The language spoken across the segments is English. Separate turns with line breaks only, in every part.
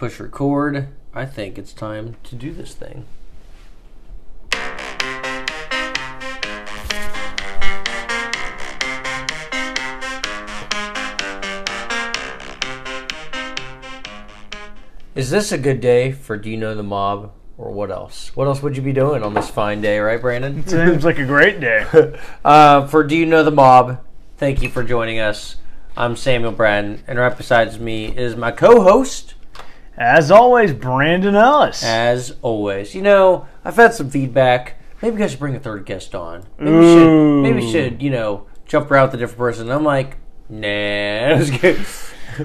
push record. I think it's time to do this thing. Is this a good day for Do You Know the Mob or what else? What else would you be doing on this fine day, right, Brandon?
Seems like a great day.
Uh, for Do You Know the Mob, thank you for joining us. I'm Samuel Braden, and right beside me is my co host,
As always, Brandon Ellis.
as always. You know, I've had some feedback. Maybe you guys should bring a third guest on. Maybe we should,
Ooh.
maybe we should, you know, jump around with a different person. I'm like, nah. I'm just kidding.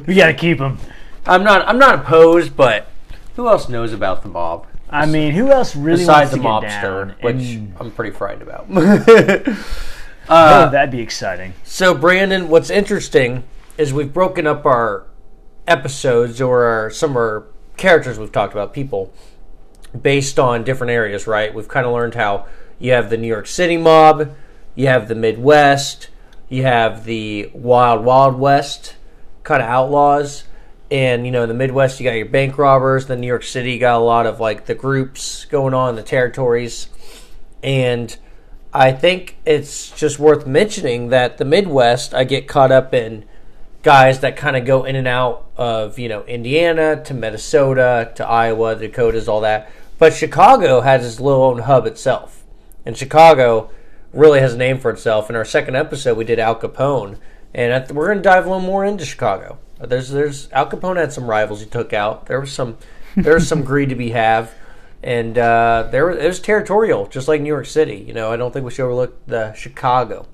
we gotta keep him.
I'm not, I'm not opposed, but who else knows about the mob?
I mean, who else really
Besides
wants
the
to get
mobster,
down?
which
And-
I'm pretty frightened about. uh,
oh, that'd be exciting.
So, Brandon, what's interesting is we've broken up our episodes or our, some of our characters we've talked about, people, based on different areas, right? We've kind of learned how you have the New York City mob, you have the Midwest, you have the Wild Wild West kind of outlaws. And, you know, in the Midwest, you got your bank robbers. Then New York City, you got a lot of, like, the groups going on, the territories. And I think it's just worth mentioning that the Midwest, I get caught up in guys that kind of go in and out of, you know, Indiana to Minnesota to Iowa, Dakotas, all that. But Chicago has its little own hub itself. And Chicago really has a name for itself. In our second episode, we did Al Capone. And I th- we're going to dive a little more into Chicago. Uh, There's, there's Al Capone had some rivals he took out. There was some, there was some greed to be have and uh, there was, it was territorial, just like New York City. You know, I don't think we should overlook the Chicago.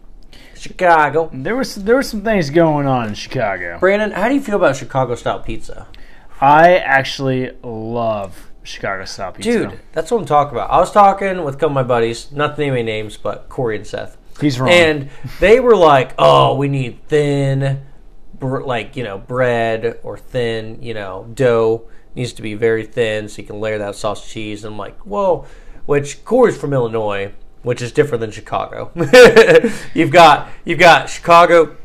Chicago,
There was there were some things going on in Chicago.
Brandon, how do you feel about Chicago style pizza,
I actually love Chicago style pizza.
dude? That's what I'm talking about. I was talking with a couple of my buddies, not to name any names, but Corey and Seth,
he's wrong.
and they were like, "Oh, we need thin, br- like you know, bread or thin, you know, dough needs to be very thin so you can layer that sausage cheese." And I'm like, "Whoa," which Corey's from Illinois, which is different than Chicago. you've got you've got Chicago,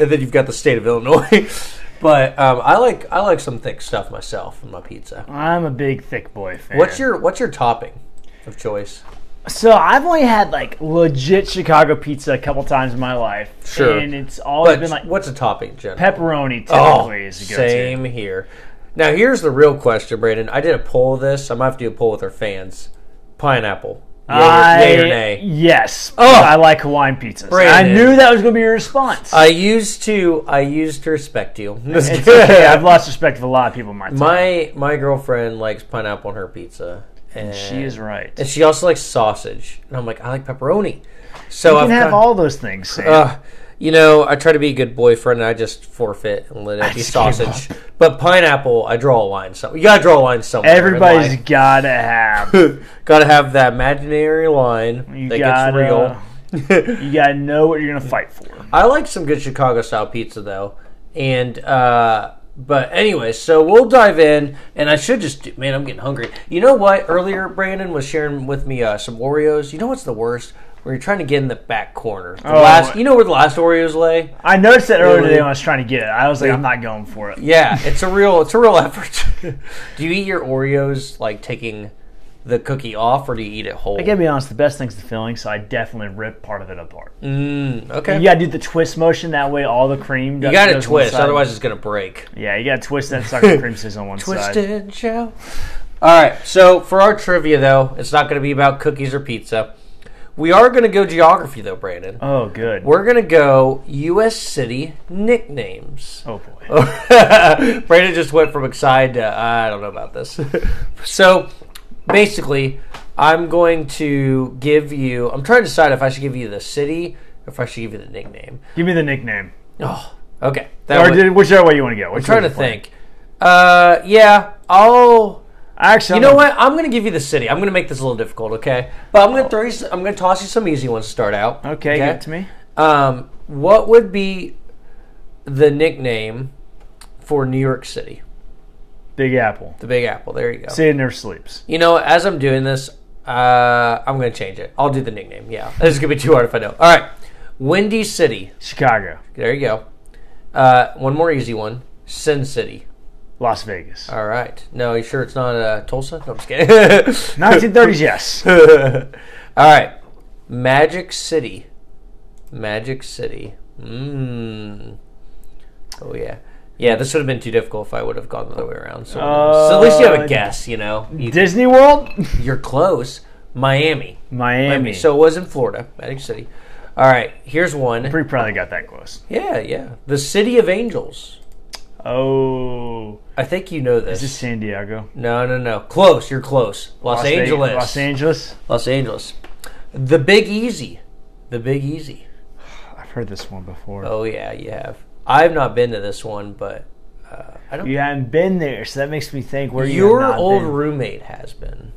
and then you've got the state of Illinois. but um, I like I like some thick stuff myself in my pizza.
I'm a big thick boy fan.
What's your what's your topping of choice?
So I've only had like legit Chicago pizza a couple times in my life.
Sure.
And it's always
But
been like
what's a topping, Jen?
pepperoni typically
Oh,
is a go-to.
same here. Now here's the real question, Brandon. I did a poll of this. I might have to do a poll with our fans. Pineapple. Yay, or- yay or nay?
Yes.
Oh!
I like Hawaiian pizzas.
Brandon. Uh,
I knew that was going to be your response.
I used to. I used to respect you.
it's okay. I've lost respect for a lot of people in my time.
my my girlfriend likes pineapple on her pizza, and
she is right.
And
You
she also likes sausage. And I'm like, I like pepperoni. So I've
can have
kinda-
all those things. Sam.
Uh, you know, I try to be a good boyfriend. and I just forfeit and let it be
just give
sausage. But pineapple, I draw a line. So you gotta draw a line somewhere. in
Everybody's
life.
got to have.
gotta have that imaginary line
You
that
gotta-
gets real.
You got to know what you're going to fight for.
I like some good Chicago style pizza though, and uh, but anyway, so we'll dive in, and I should just do, man, I'm getting hungry. You know what? Earlier, Brandon was sharing with me uh, some Oreos. You know what's the worst? Where you're trying to get in the back corner. The
Oh.
last, you know where the last Oreos lay?
I noticed that earlier
Really?
today when I was trying to get it. I was like, I'm not going for it.
Yeah, it's a real, it's a real effort. do you eat your Oreos like taking the cookie off, or do you eat it whole?
I gotta be honest, the best thing's the filling, so I definitely rip part of it apart.
Mm, okay,
You gotta do the twist motion, that way all the cream.
you gotta twist, otherwise it's gonna break.
Yeah, you gotta twist that sucker cream stays on one side.
Twisted Show. All right, so for our trivia though, it's not going to be about cookies or pizza. We are going to go geography though, Brandon.
Oh, good.
We're going to go U.S. city nicknames.
oh boy. Oh.
Brandon just went from excited to I don't know about this. so basically, I'm going to give you. I'm trying to decide if I should give you the city, if I should give you the nickname.
Give me the nickname.
Oh, okay. That
Or
would-
did, whichever way you want to go.
I'm trying to think. Uh, yeah, I'll.
Actually,
You know what? I'm gonna give you the city. I'm gonna make this a little difficult, okay? But I'm gonna throw you. s- I'm gonna toss you some easy ones to start out.
Okay, give it to me.
Um, what would be the nickname for New York City?
Big Apple.
The Big Apple. There you go.
Say it never sleeps.
You know, as I'm doing this, uh, I'm gonna change it. I'll do the nickname. Yeah, this is gonna be too hard if I don't. All right, Windy City.
Chicago.
There you go. Uh, one more easy one. Sin City.
Las Vegas.
All right. No, you sure it's not uh, Tulsa? No, I'm just kidding.
1930s, yes.
All right. Magic City. Magic City. Mmm. Oh, yeah. Yeah, this would have been too difficult if I would have gone the other way around. So, so at least you have
Uh,
a guess, you know. You,
Disney World,
you're close. Miami.
Miami. So
So it was in Florida, Magic City. All right, here's one.
pretty proud I got that close.
Yeah, yeah. The City of Angels.
Oh,
I think you know this.
is this San Diego?
No, no, no. Close. You're close. Los,
Las Ve-
Angeles.
Los Angeles.
Los Angeles. The Big Easy. The Big Easy.
I've heard this one before.
Oh yeah, you have. I've not been to this one, but uh, I don't.
You haven't been there, so that makes me think where you
Your
have not
old
been.
roommate has been.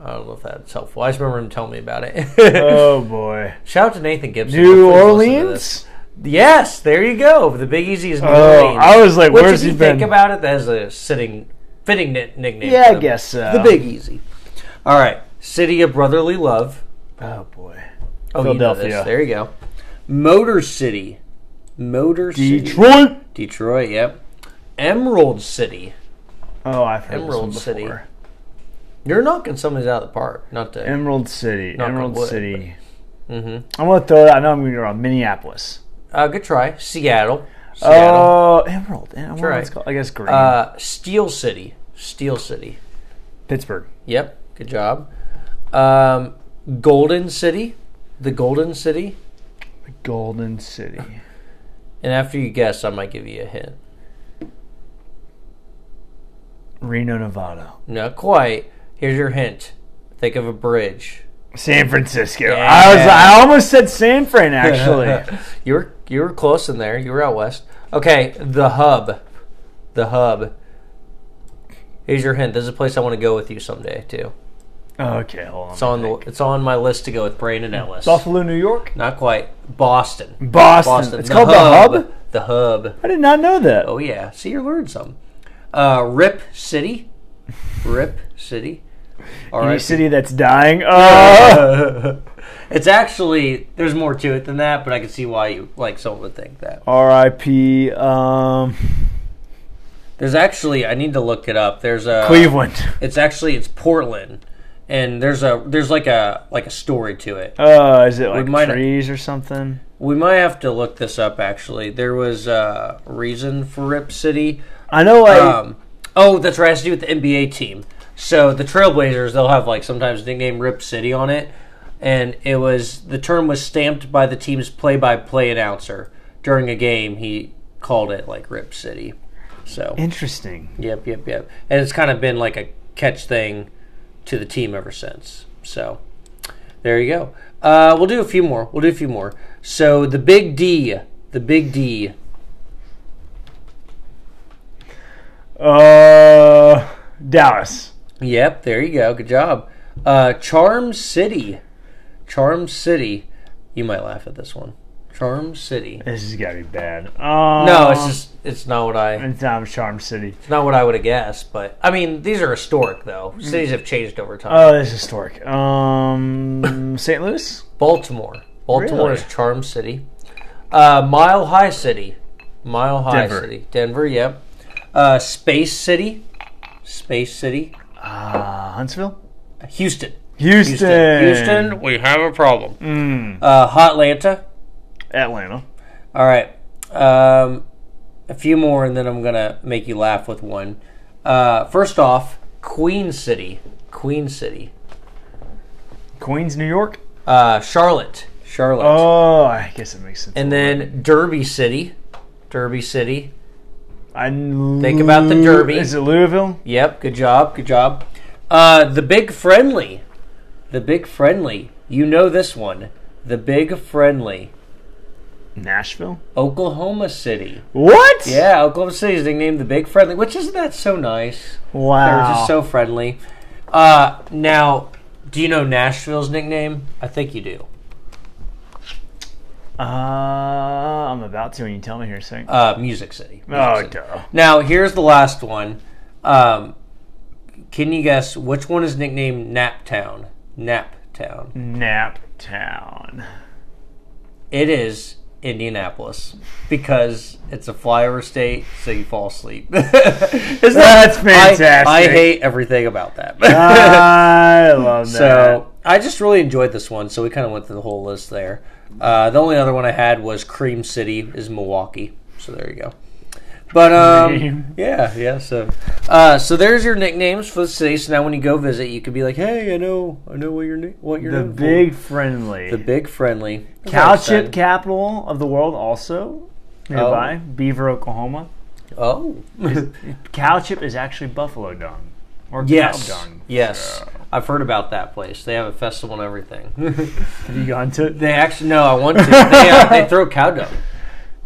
I don't know if that's helpful. I just remember him telling me about it.
Oh boy,
Shout out to Nathan Gibson.
New
Hopefully he's listening to this.
Orleans.
Yes, there you go. The Big Easy is New
Oh,
Orleans.
I was like,
Which,
where's
if you
he
think
been?
about it, that's a sitting, fitting ni- nickname.
Yeah,
for
I
them.
guess Uh, so.
The Big Easy. All right, City of Brotherly Love.
Oh boy,
Oh, you know this.
Philadelphia.
There you go. Motor City. Motor City.
Detroit.
Detroit, yep. Emerald City.
Oh, I've heard
Emerald
this one
City.
before.
You're knocking some of these out of the park. Not to.
Emerald City.
on
Emerald
wood,
City.
Mhm.
I'm gonna throw it. out. I know I'm gonna go wrong. Minneapolis.
uh, good try. Seattle. Seattle.
Oh, Emerald. I wonder what
right.
it's called. I guess green.
uh, Steel City. Steel City.
Pittsburgh.
Yep. Good job. Um, Golden City. The Golden City.
Golden City.
And after you guess, I might give you a hint.
Reno, Nevada.
Not quite. Here's your hint. Think of a bridge.
San Francisco. I was.
Yeah.
I almost said San Fran. Actually,
you were you were close in there. You were out west. Okay, the hub, the hub. Here's your hint. This is a place I want to go with you someday too.
okay. Hold on.
It's on the it's on my list to go with Brandon Ellis.
Buffalo, New York.
Not quite Boston.
Boston.
Boston.
It's called the Hub.
The hub.
I did not know that.
Oh yeah. See, you're learning something. Uh, Rip City. Rip City. All
Any
right.
city that's dying. Uh,
it's actually there's more to it than that, but I can see why you like someone would think that.
Oh, R.I.P. Um,
There's actually I need to look it up. There's a
Cleveland.
It's actually it's Portland, and there's a there's like a like a story to it.
Uh, is it like
might-
trees or something?
We might have to look this up. Actually, there was a reason for Rip City.
I know. Like,
Um, oh, that's right. It has to do with the NBA team. So the Trailblazers, they'll have like sometimes nickname Rip City on it, and it was the term was stamped by the team's play-by-play announcer during a game. He called it like Rip City. So
interesting.
yep, yep, yep. And it's kind of been like a catch thing to the team ever since. So there you go. Uh, we'll do a few more. We'll do a few more. So the Big D, the Big D.
Uh, Dallas.
Yep, there you go. Good job. Uh, Charm City. Charm City. You might laugh at this one. Charm City.
This has got to be bad. Um,
No, it's just it's not what I
It's not Charm City.
it's not what I would have guessed, but I mean these are historic though. Cities have changed over time.
Oh, this is historic. Um, St. Louis.
Baltimore. Baltimore
Really?
is Charm City. Uh, Mile High City. Mile High
Denver.
City. Denver, yep. Uh, Space City. Space City.
Uh, Huntsville.
Houston.
Houston.
Houston.
Hmm.
Houston, we have a problem. Uh, Hotlanta.
Atlanta.
All right. Um, a few more, and then I'm going to make you laugh with one. Uh, first off, Queen City. Queen City.
Queens, New York.
Uh, Charlotte. Charlotte.
Oh, I guess it makes sense.
And then Derby City. Derby City.
I
Think about the Derby.
Is it Louisville?
Yep. Good job. Good job. Uh, the Big Friendly. The Big Friendly. You know this one. The Big Friendly.
Nashville.
Oklahoma City.
What?
Yeah, Oklahoma City is nicknamed the Big Friendly, which isn't that so nice? They were
Wow.
just so friendly. Uh, now, do you know Nashville's nickname? I think you do.
uh, I'm about to when you tell me here in a second.
Uh, Music City. Music
oh,
City.
duh.
Now, here's the last one. Um, can you guess which one is nicknamed Naptown? Naptown.
Naptown.
It is Indianapolis because it's a flyover state, so you fall asleep. Isn't that-
That's fantastic. Ah,
I, I hate everything about that.
I love that.
so I just really enjoyed this one. So we kind of went through the whole list there. Uh, the only other one I had was Cream City is Milwaukee. So there you go. But um,
Cream.
yeah, yeah. So uh, so there's your nicknames for the city. So now when you go visit, you could be like, hey, I know, I know what your na- what you're
the
known for."
big friendly.
the big friendly
Cow
That's
chip
exciting.
capital of the world, also nearby, Beaver, Oklahoma.
Oh.
Cow chip is actually buffalo dung or
Yes.
cow dung.
Yes. I've heard about that place. They have a festival and everything.
Have you gone to it?
they actually no, I want to. They, uh, they throw cow dung.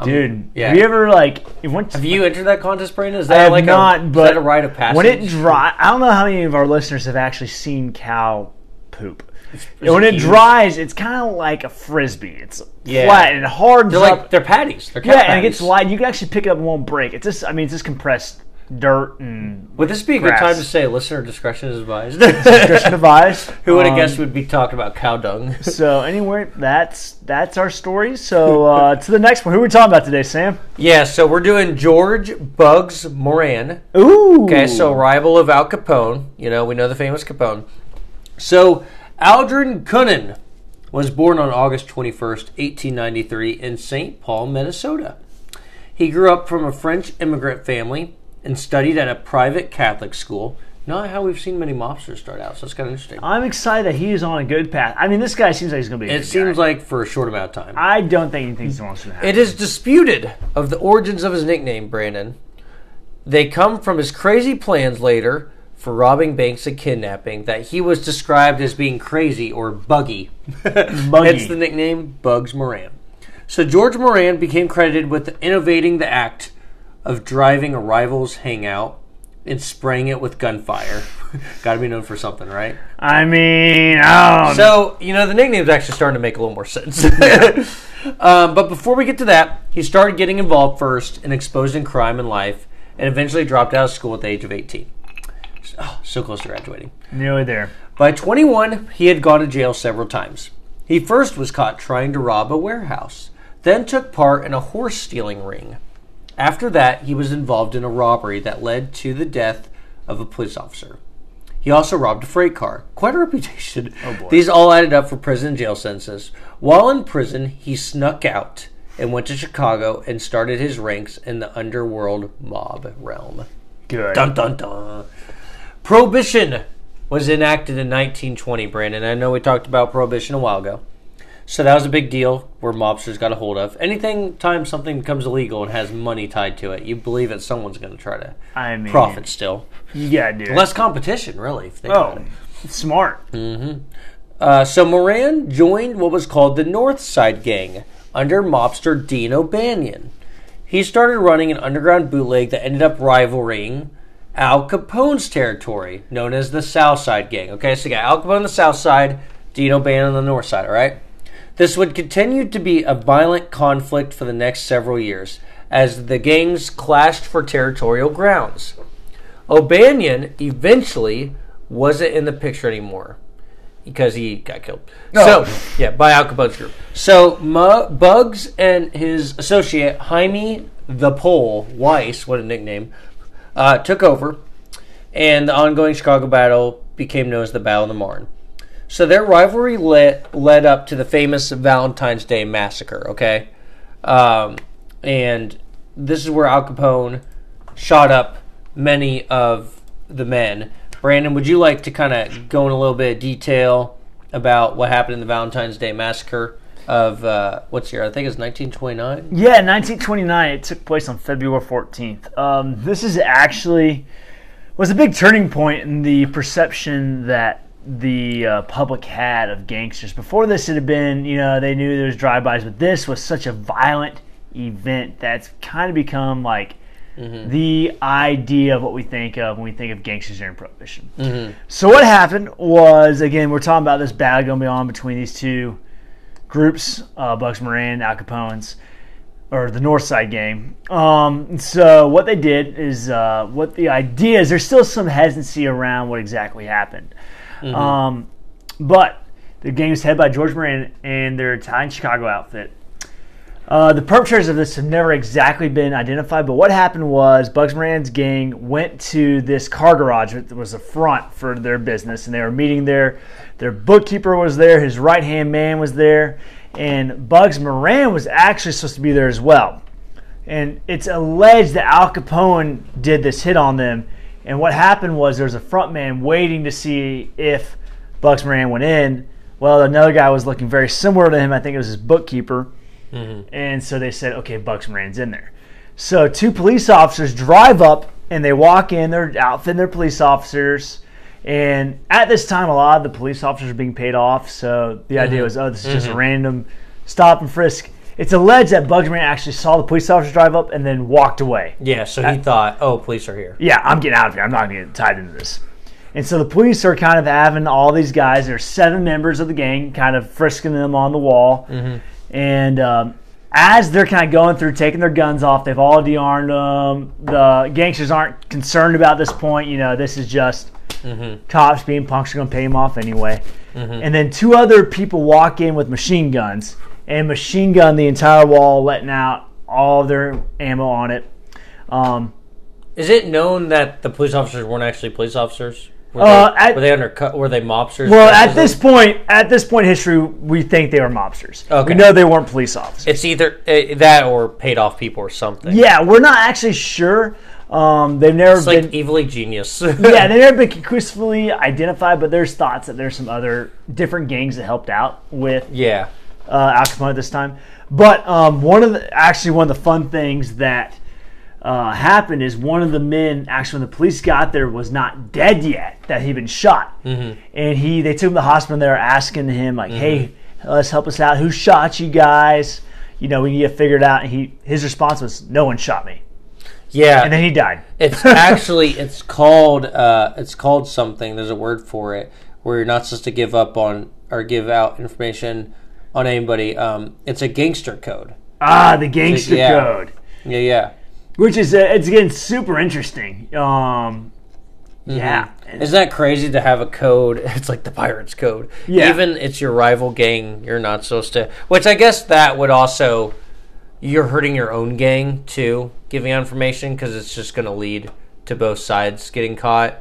Dude,
Um, yeah.
have you ever like it went
Have you entered that contest, Brandon? Is
I
that
have
like
not,
a, is
but
that a rite of passage?
when it dry I don't know how many of our listeners have actually seen cow poop. when it
huge.
dries, it's kind of like a frisbee. It's
Yeah.
flat and hard.
they're like they're patties. They're cow
yeah, and it
patties.
gets light. You can actually pick it up and it won't break. It's just I mean it's just compressed dirt and
Would this be a
grass.
good time to say listener discretion is advised?
Christian device.
Who would have guessed we'd be talking about cow dung?
So anyway, that's that's our story. So uh, to the next one. Who are we talking about today, Sam?
yeah, so we're doing George Bugs Moran.
Ooh.
Okay, so rival of Al Capone. You know, we know the famous Capone. So, Aldrin Cunnan was born on August 21st, 1893, in St. Paul, Minnesota. He grew up from a French immigrant family and studied at a private Catholic school. Not how we've seen many mobsters start out, so it's kind of interesting.
I'm excited that he is on a good path. I mean, this guy seems like he's gonna be. A
It
good
seems
guy.
like for a short amount of time.
I don't think he thinks he wants to happen.
It is disputed of the origins of his nickname, Brandon. They come from his crazy plans later for robbing banks and kidnapping that he was described as being crazy or buggy.
Buggy.
Hence the nickname Bugs Moran. So George Moran became credited with innovating the act of driving a rival's hangout and spraying it with gunfire. Got to be known for something, right?
I mean, oh, I don't know.
So, you know, the nickname's actually starting to make a little more sense. um, but before we get to that, he started getting involved first and exposed in crime and life, and eventually dropped out of school at the age of 18. So, oh, so close to graduating.
nearly there.
By 21, he had gone to jail several times. He first was caught trying to rob a warehouse, then took part in a horse stealing ring. After that, he was involved in a robbery that led to the death of a police officer. He also robbed a freight car. Quite a reputation. These all added up for prison and jail sentences. While in prison, he snuck out and went to Chicago and started his ranks in the underworld mob realm.
Good.
Dun dun dun. Prohibition was enacted in 1920, Brandon. I know we talked about prohibition a while ago. So that was a big deal where mobsters got a hold of. Anything time something becomes illegal and has money tied to it, you believe that someone's going to try to
I mean,
profit still.
Yeah, dude.
Less competition, really. If they
oh, smart.
Uh, so Moran joined what was called the North Side Gang under mobster Dean O'Banion. He started running an underground bootleg that ended up rivaling Al Capone's territory, known as the South Side Gang. Okay, so you got Al Capone on the South Side, Dean O'Banion on the North Side, all right? This would continue to be a violent conflict for the next several years as the gangs clashed for territorial grounds. O'Banion eventually wasn't in the picture anymore because he got killed. So yeah, by Al Capone's group. So Mu- Bugs and his associate Jaime the Pole Weiss, what a nickname, uh, took over, and the ongoing Chicago battle became known as the Battle of the Marne. So their rivalry led led up to the famous Valentine's Day massacre. Okay, um, and this is where Al Capone shot up many of the men. Brandon, would you like to kind of go in a little bit of detail about what happened in the Valentine's Day massacre of uh, what's here? I think it's 1929.
Yeah, 1929. It took place on February 14th. Um, this is actually was a big turning point in the perception that the uh, public had of gangsters. Before this, it had been you know they knew there was drive-bys, but this was such a violent event that's kind of become like the idea of what we think of when we think of gangsters during Prohibition. So what happened was again we're talking about this battle going to be on between these two groups, uh, Bucks Moran, Al Capone's or the North Side game. Um, so what they did is uh, what the idea is. There's still some hesitancy around what exactly happened, um, but the game was headed by George Moran and their Italian Chicago outfit. Uh, the perpetrators of this have never exactly been identified, but what happened was Bugs Moran's gang went to this car garage that was a front for their business, and they were meeting there. Their bookkeeper was there, his right hand man was there, and Bugs Moran was actually supposed to be there as well. And it's alleged that Al Capone did this hit on them. And what happened was there was a front man waiting to see if Bugs Moran went in. Well, another guy was looking very similar to him. I think it was his bookkeeper. And so they said, okay, Bucks Moran's in there. So two police officers drive up and they walk in, they're outfitting their police officers. And at this time, a lot of the police officers are being paid off. So the idea was, oh, this is just a random stop and frisk. It's alleged that Bugs Moran actually saw the police officers drive up and then walked away.
Yeah, so he thought, oh, police are here.
Yeah, I'm getting out of here. I'm not going to get tied into this. And so the police are kind of having all these guys, there's seven members of the gang, kind of frisking them on the wall. And um, as they're kind of going through, taking their guns off, they've all dearmed them. The gangsters aren't concerned about this point. You know, this is just cops being punks are going to pay them off anyway. And then two other people walk in with machine guns and machine gun the entire wall, letting out all their ammo on it. Um,
Is it known that the police officers weren't actually police officers? Were,
Uh,
they,
at-
were they undercut? Were they mobsters?
well, at
Because
this point, at this point in history, we think they were mobsters.
Okay.
We know they weren't police officers.
it's either uh, that or paid off people or something.
yeah, we're not actually sure. Um, they've never
it's
been
like evilly genius.
yeah, they've never been conclusively identified, but there's thoughts that there's some other different gangs that helped out with
yeah.
uh, Al Capone this time. But um, one of the actually one of the fun things that uh, happened is one of the men actually when the police got there was not dead yet that he'd been shot, and he they took him to the hospital. and They were asking him like, "Hey, let's help us out. Who shot you guys? You know, we need to figure it out." And he his response was, "No one shot me,"
Yeah,
and then he died.
it's actually it's called uh, it's called something. There's a word for it where you're not supposed to give up on or give out information on anybody. Um, it's a gangster code.
Ah, the gangster
Yeah.
code.
Yeah, yeah.
which is uh, it's getting super interesting. Um, yeah,
Isn't that crazy to have a code? It's like the pirates code.
Yeah.
Even it's your rival gang. You're not supposed to. Which I guess that would also you're hurting your own gang too, giving out information because it's just going to lead to both sides getting caught.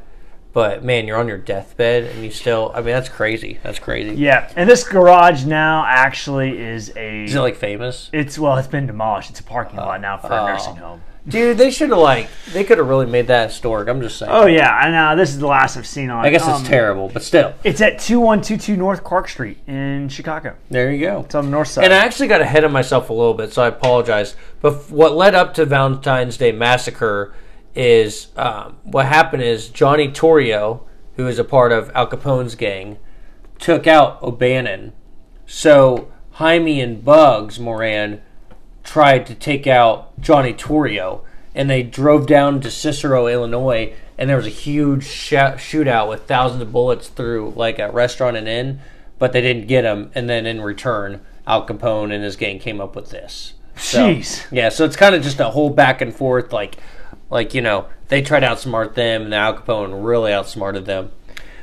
But man, you're on your deathbed and you still. I mean, that's crazy. That's crazy.
yeah. And this garage now actually is a
Is it like famous?
it's well, it's been demolished. It's a parking lot now for
Oh.
a nursing home.
Dude, they should have like they could have really made that historic. I'm just saying.
Oh yeah, I know. This is the last I've seen on. it.
I guess
Um,
it's terrible, but still.
It's at two one two two North Clark Street in Chicago.
There you go.
It's on the north side.
And I actually got ahead of myself a little bit, so I apologize. But f- what led up to Valentine's Day massacre is um, what happened is Johnny Torrio, who is a part of Al Capone's gang, took out O'Bannon. So Jaime and Bugs Moran tried to take out Johnny Torrio, and they drove down to Cicero, Illinois, and there was a huge sh- shootout with thousands of bullets through like a restaurant and inn, but they didn't get him. And then in return, Al Capone and his gang came up with this. So,
Jeez.
Yeah, so it's kind of just a whole back and forth, like, like you know, they tried to outsmart them, and Al Capone really outsmarted them.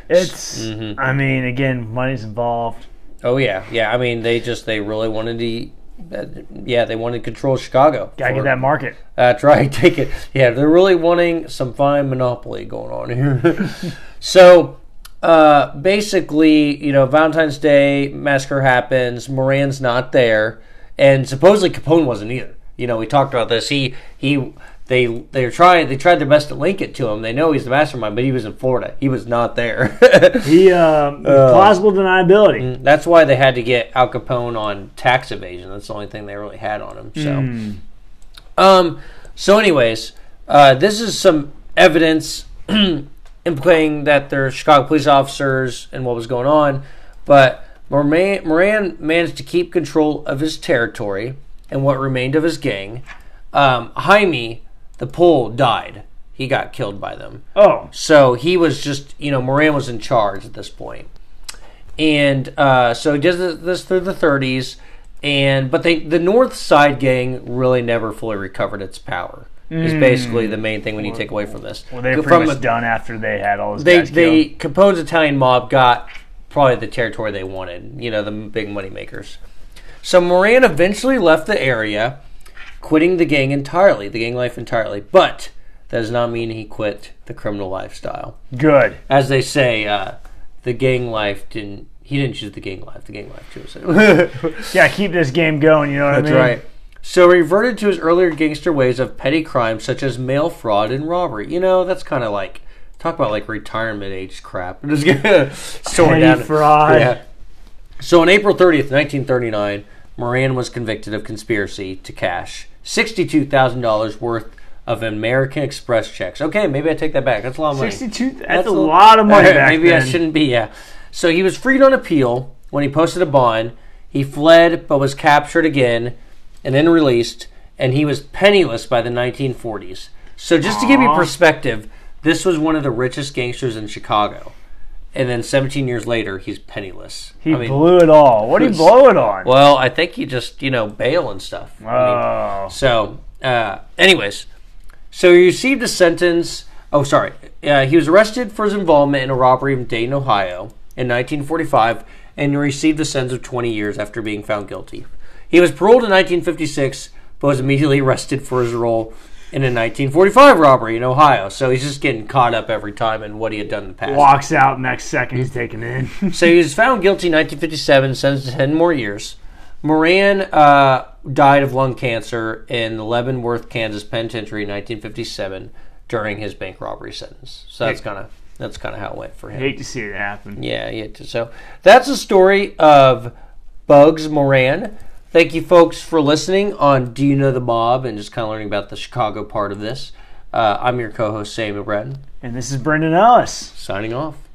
it's
Mm-hmm.
I mean, again, money's involved.
Oh yeah, yeah. I mean, they just they really wanted to. Uh, yeah, they wanted to control Chicago.
Gotta
for-
get that market.
That's right. Take it. Yeah, they're really wanting some fine monopoly going on here. so uh, basically, you know, Valentine's Day massacre happens. Moran's not there, and supposedly Capone wasn't either. You know, we talked about this. He he. They they're trying. They tried their best to link it to him. They know he's the mastermind, but he was in Florida. He was not there.
He um,
Uh,
plausible deniability.
That's why they had to get Al Capone on tax evasion. That's the only thing they really had on him. So, um, so anyways, uh, this is some evidence implying that they're Chicago police officers and what was going on. But Moran, Moran managed to keep control of his territory and what remained of his gang. Um, Jaime, the Pole, died. He got killed by them.
Oh,
So he was just, you know, Moran was in charge at this point, and uh, so he does this- this through the 30s, and but they the North Side gang really never fully recovered its power. Is basically the main thing when you take away from this.
Hmm. well, they were
From
pretty much
a-
done after they had all those
they
guys killed.
they Capone's Italian mob got probably the territory they wanted. You know, the big moneymakers. So Moran eventually left the area, quitting the gang entirely, the gang life entirely. But that does not mean he quit the criminal lifestyle.
Good.
As they say, uh, the gang life didn't. He didn't choose the gang life. The gang life chose him.
Yeah, keep this game going. You know what I
That's
mean?
right. So he reverted to his earlier gangster ways of petty crimes such as mail fraud and robbery. You know, that's kind of like talk about like retirement age crap. Just get- sort
Petty
down-
fraud.
Yeah. So on April 30th, 1939, Moran was convicted of conspiracy to cash $62,000 worth of American Express checks. Okay, maybe I take that back. That's a lot of money.
Sixty-two. That's, a lot of money back
Maybe
then.
I shouldn't be. Yeah. So he was freed on appeal when he posted a bond. He fled, but was captured again, and then released. And he was penniless by the 1940s. So just to give you
Aw.
perspective, this was one of the richest gangsters in Chicago. And then 17 years later, he's penniless.
He
I mean,
blew it all. What did he
Who's-
blow it on?
well, I think he just you know bail and stuff. I mean,
oh,
so, uh, anyways, so he received a sentence. Oh, sorry. Uh, he was arrested for his involvement in a robbery in Dayton, Ohio, in 1945, and he received a sentence of 20 years after being found guilty. He was paroled in 1956, but was immediately arrested for his role in a 1945 robbery in Ohio. So he's just getting caught up every time in what he had done in the past.
walks out next second. He's taken in.
So he was found guilty in 1957, sentenced to 10 more years. Moran uh, died of lung cancer in the Leavenworth, Kansas penitentiary in 1957 during his bank robbery sentence. So that's kind of that's kind of how it went for him.
Hate to see it happen.
Yeah, yeah. t- So that's the story of Bugs Moran. Thank you, folks, for listening on Do You Know the Mob and just kind of learning about the Chicago part of this. Uh, I'm your co-host Samuel Breton,
And this is Brendan Ellis.
signing off.